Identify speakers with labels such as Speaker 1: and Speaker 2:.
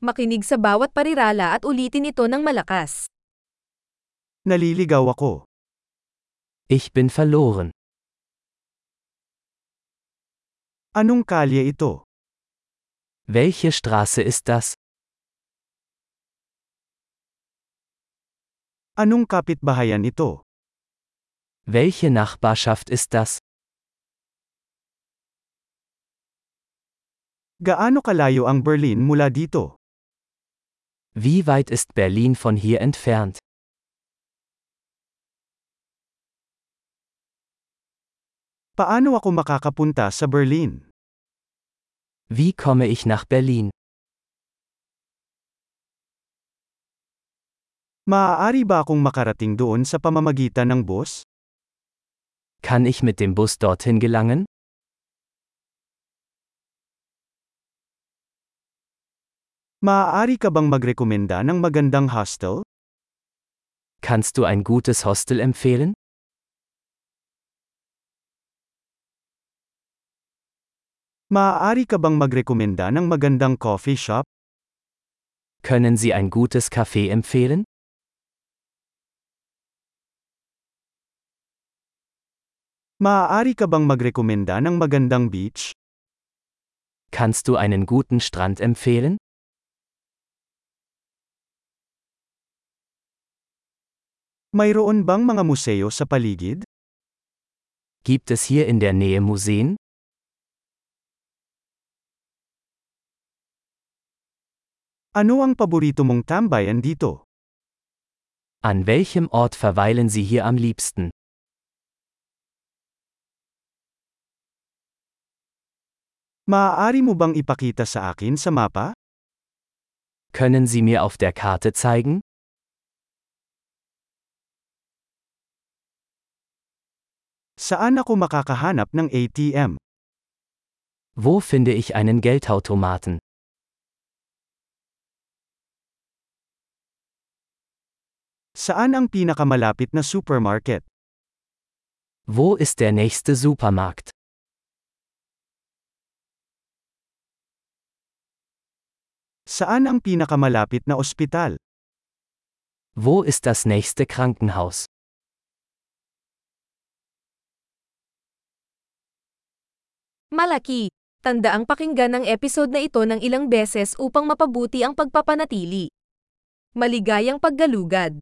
Speaker 1: Makinig sa bawat parirala at ulitin ito ng malakas.
Speaker 2: Naliligaw ako.
Speaker 3: Ich bin verloren.
Speaker 2: Anong kalye ito?
Speaker 3: Welche Straße ist das?
Speaker 2: Anong kapitbahayan ito?
Speaker 3: Welche Nachbarschaft ist das?
Speaker 2: Gaano kalayo ang Berlin mula dito?
Speaker 3: Wie weit ist Berlin von hier entfernt?
Speaker 2: Paano ako makakapunta sa Berlin?
Speaker 3: Wie komme ich nach Berlin?
Speaker 2: Maaari ba akong makarating doon sa pamamagitan ng bus?
Speaker 3: Kann ich mit dem Bus dorthin gelangen?
Speaker 2: Maaari ka bang magrekomenda ng magandang hostel?
Speaker 3: Kannst du ein gutes Hostel empfehlen?
Speaker 2: Maaari ka bang magrekomenda ng magandang coffee shop?
Speaker 3: Können Sie ein gutes Café empfehlen?
Speaker 2: Maaari ka bang magrekomenda ng magandang beach?
Speaker 3: Kannst du einen guten Strand empfehlen?
Speaker 2: Mayroon bang mga museo sa paligid?
Speaker 3: Gibt es hier in der Nähe Museen?
Speaker 2: Ano ang paborito mong tambayan dito?
Speaker 3: An welchem Ort verweilen Sie hier am liebsten?
Speaker 2: Maaari mo bang ipakita sa akin sa mapa?
Speaker 3: Können Sie mir auf der Karte zeigen?
Speaker 2: Saan ako makakahanap ng ATM?
Speaker 3: Wo finde ich einen Geldautomaten?
Speaker 2: Saan ang pinakamalapit na supermarket?
Speaker 3: Wo ist der nächste Supermarkt?
Speaker 2: Saan ang pinakamalapit na ospital?
Speaker 3: Wo ist das nächste Krankenhaus?
Speaker 1: Malaki! Tanda ang pakinggan ng episode na ito ng ilang beses upang mapabuti ang pagpapanatili. Maligayang paggalugad!